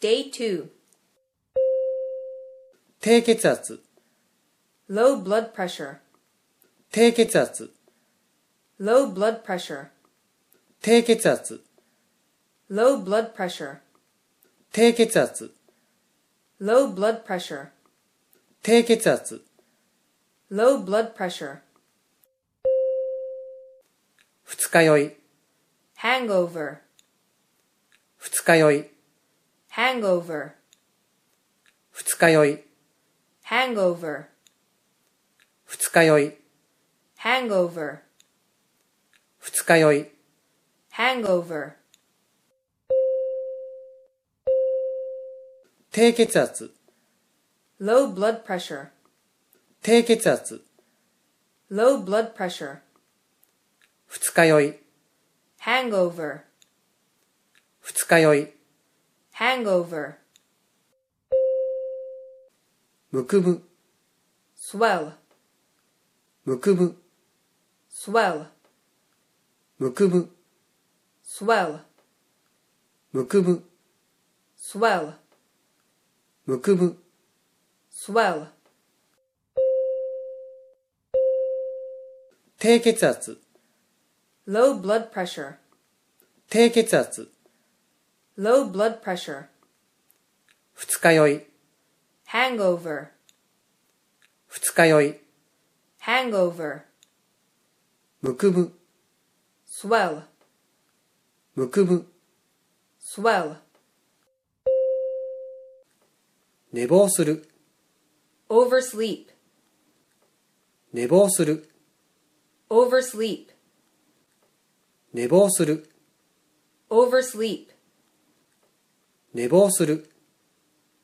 Day 2. 低血圧、 Low blood pressure. 低血圧、 Low blood pressure. 低血圧、 Low blood pressure. 低血圧、 Low blood pressure. 低血圧、 Low blood pressure. 二日酔い、 Hangover. 二日酔い、 Hangover. 二日酔い、 Hangover. 二日酔い、 Hangover. 二日酔い、 Hangover. 低血圧、 Low blood pressure. 低血圧、 Low blood pressure. 二日酔い、 Hangover. 二日酔い、 Hangover. むくむ、 Swell. むくむ、 Swell. むくむ、 Swell. むくむ、 Swell. むくむ、 Swell. 低血圧、 Low blood pressure. 低血圧、 Low blood pressure. 二日酔い、 Hangover. 二日酔い、 Hangover. むくむ、 Swell. むくむ、 Swell. 寝坊する、 Oversleep. 寝坊する、 Oversleep. 寝坊する、 Oversleep. 寝坊する、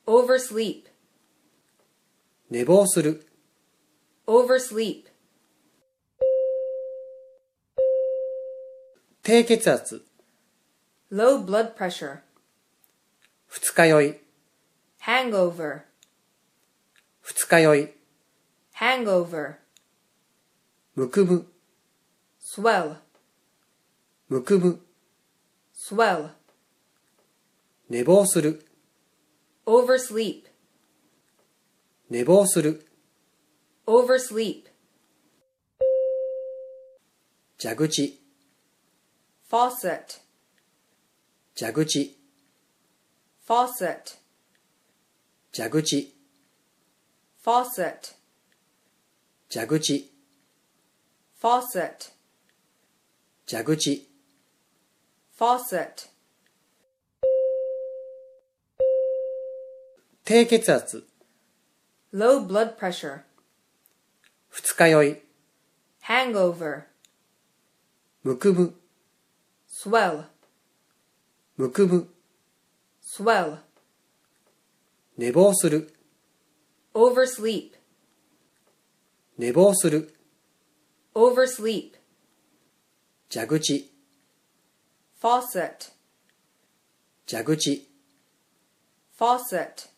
Oversleep. 寝坊する、 Oversleep. 低血圧、 Low blood pressure. 二日酔い、 Hangover. 二日酔い、 Hangover. むくむ、 Swell. むくむ、 Swell. 寝坊する、 Oversleep. 寝坊する、 Oversleep. 蛇口、 Faucet. 蛇口、 Faucet. 蛇口、 Faucet. 蛇口、 Faucet. 蛇口、 Faucet. 低血圧、 Low blood pressure. 二日酔い、 Hangover. むくむ、 Swell. むくむ、 Swell. 寝坊する、 Oversleep. 寝坊する、 Oversleep. 蛇口、 Faucet. 蛇口、 Faucet.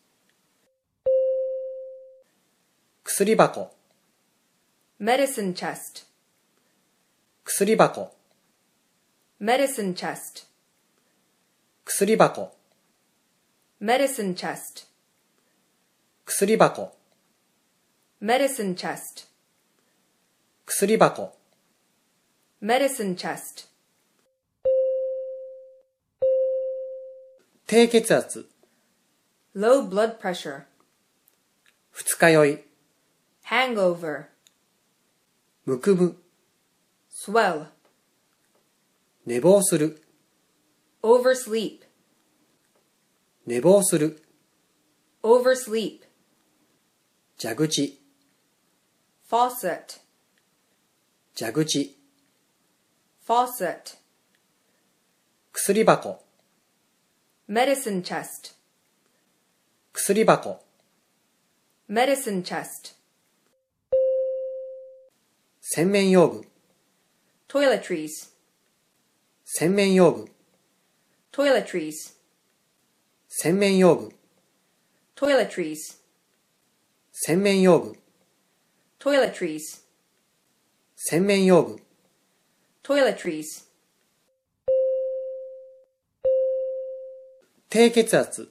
薬箱、 Medicine chest. 薬箱、 Medicine chest. 薬箱、 Medicine chest. 薬箱、 Medicine chest. 薬箱、 Medicine chest. 低血圧、 Low blood pressure. 二日酔い、 Hangover. むくむ、 Swell. 寝坊する、 Oversleep. 寝坊する、 Oversleep. 蛇口、 Faucet. 蛇口、 Faucet. 薬箱、 Medicine chest. 薬箱、 Medicine chest. 洗面用具、 Toiletries. 洗面用具、 Toiletries. 洗面用具、 Toiletries. 洗面用具、 Toiletries. 洗面用具、 Toiletries. 低血圧、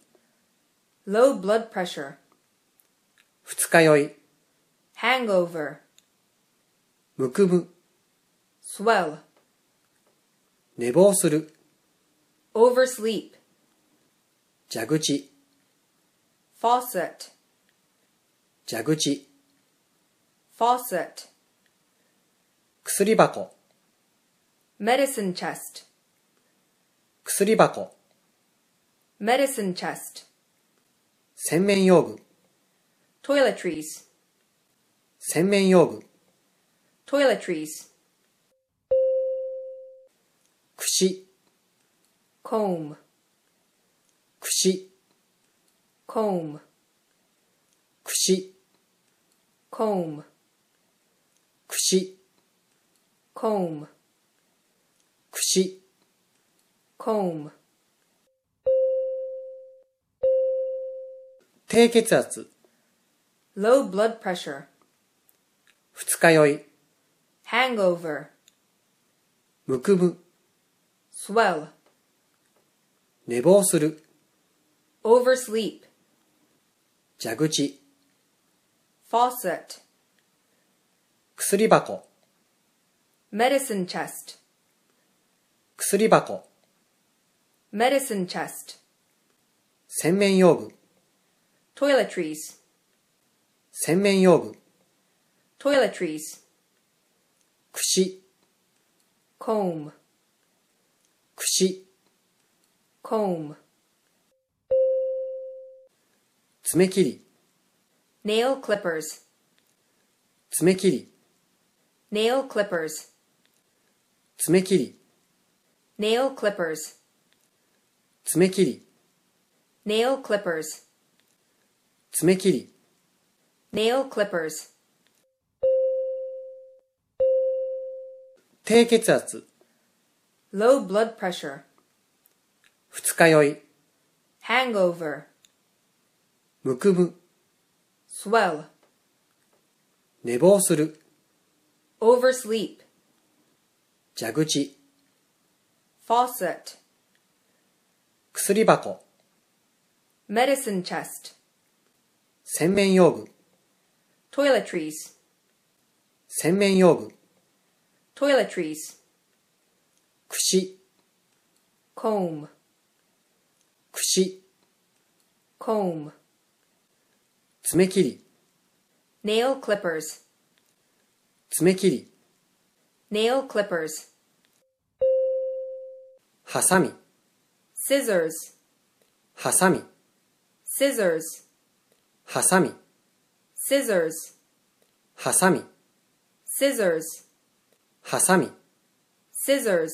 low blood pressure, 二日酔い、 hangover, むくむ、 swell, 寝坊する、 oversleep, 蛇口、 faucet, 蛇口、 faucet, 薬箱、 medicine chest, 薬箱、 medicine chest, 洗面用具、 toiletries, 洗面用具、 toiletries, くし、 comb, くし、 comb, くし、 comb, くし、 comb, くし、 comb, 低血圧、 low blood pressure, 二日酔い、 hangover, むくむ、 swell, 寝坊する、 oversleep, 蛇口、 faucet, 薬箱、 medicine chest, 薬箱、 medicine chest, 洗面用具、 toiletries, 洗面用具、 toiletries, くし、 comb, くし、 comb, 爪切り、 nail clippers, 爪切り、 nail clippers, 爪切り、 nail clippers, 爪切り、 nail clippers, 爪切り、 nail clippers, 低血圧、 low blood pressure, 二日酔い、 hangover, むくむ、 swell, 寝坊する、 oversleep, 蛇口、 faucet, 薬箱、 medicine chest, 洗面用具、 toiletries, 洗面用具、 toiletries, くし、 comb, くし、 comb, 爪切り、 nail clippers, 爪切り、 nail clippers, ハサミ、 scissors, ハサミ、 scissors, ハサミ、 scissors, ハサミ、 scissors, ハサミ、 scissors,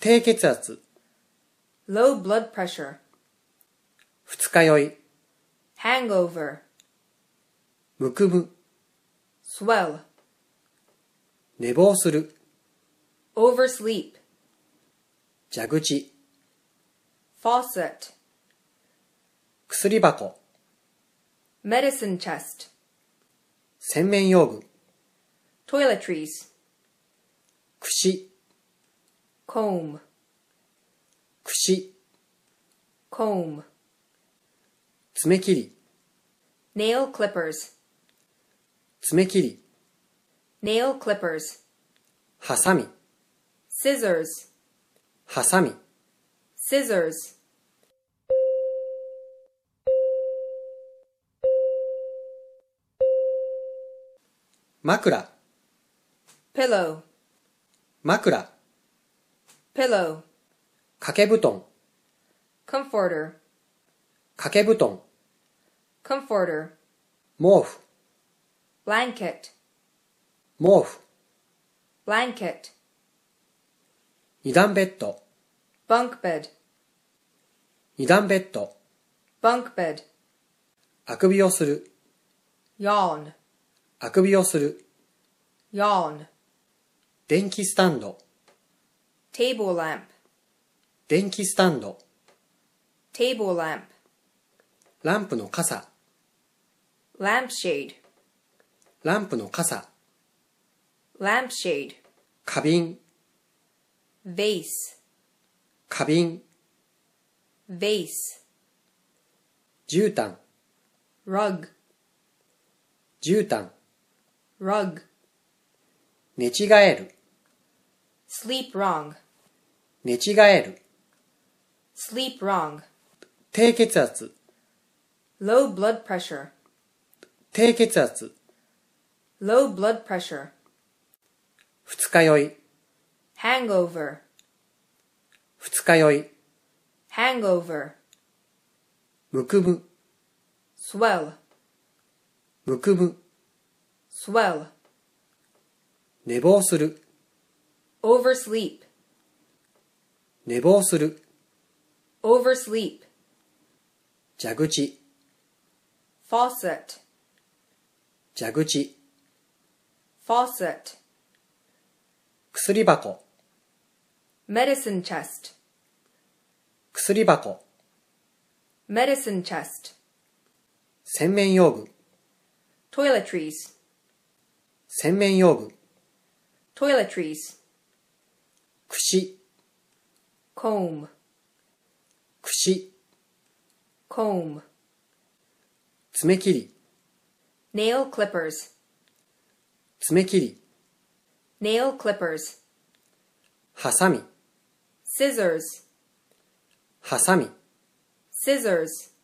低血圧、 low blood pressure, 二日酔い、 hangover, むくむ、 swell, 寝坊する、 oversleep, 蛇口、 faucet, 薬箱、 medicine chest, 洗面用具、 toiletries, くし、 comb, くし、 comb, 爪切り、 nail clippers, 爪切り、 nail clippers, ハサミ、 scissors, ハサミ、 scissors, 枕、 pillow, 枕、 pillow, 掛け布団、 comforter, 掛け布団、 comforter, 毛布、 blanket, 毛布、 blanket, 二段ベッド、 bunk bed, 二段ベッド、 bunk bed, あくびをする、 yawn, あくびをする、 yawn, 電気スタンド、 table lamp, 電気スタンド、 table lamp, ランプの傘、 lampshade, ランプの傘、 lampshade, 花瓶、 vase, 花瓶、 vase, 絨毯、 rug, 絨毯、 rug, 寝違える、 sleep wrong, 寝違える、 sleep wrong, 低血圧、 low blood pressure, 低血圧、 low blood pressure, 二日酔い、 hangover, 二日酔い、 hangover, むくむ、 swell, むくむ、 swell, 寝坊する、 oversleep, 寝坊する、 oversleep, 蛇口、 faucet, 蛇口、 faucet, 薬箱、 medicine chest, 薬箱、 medicine chest, 洗面用具、 toiletries, 洗面用具、 toiletries, くし、 comb, くし、 comb, 爪切り、 nail clippers, 爪切り、 nail clippers, ハサミ、 scissors, ハサミ、 scissors,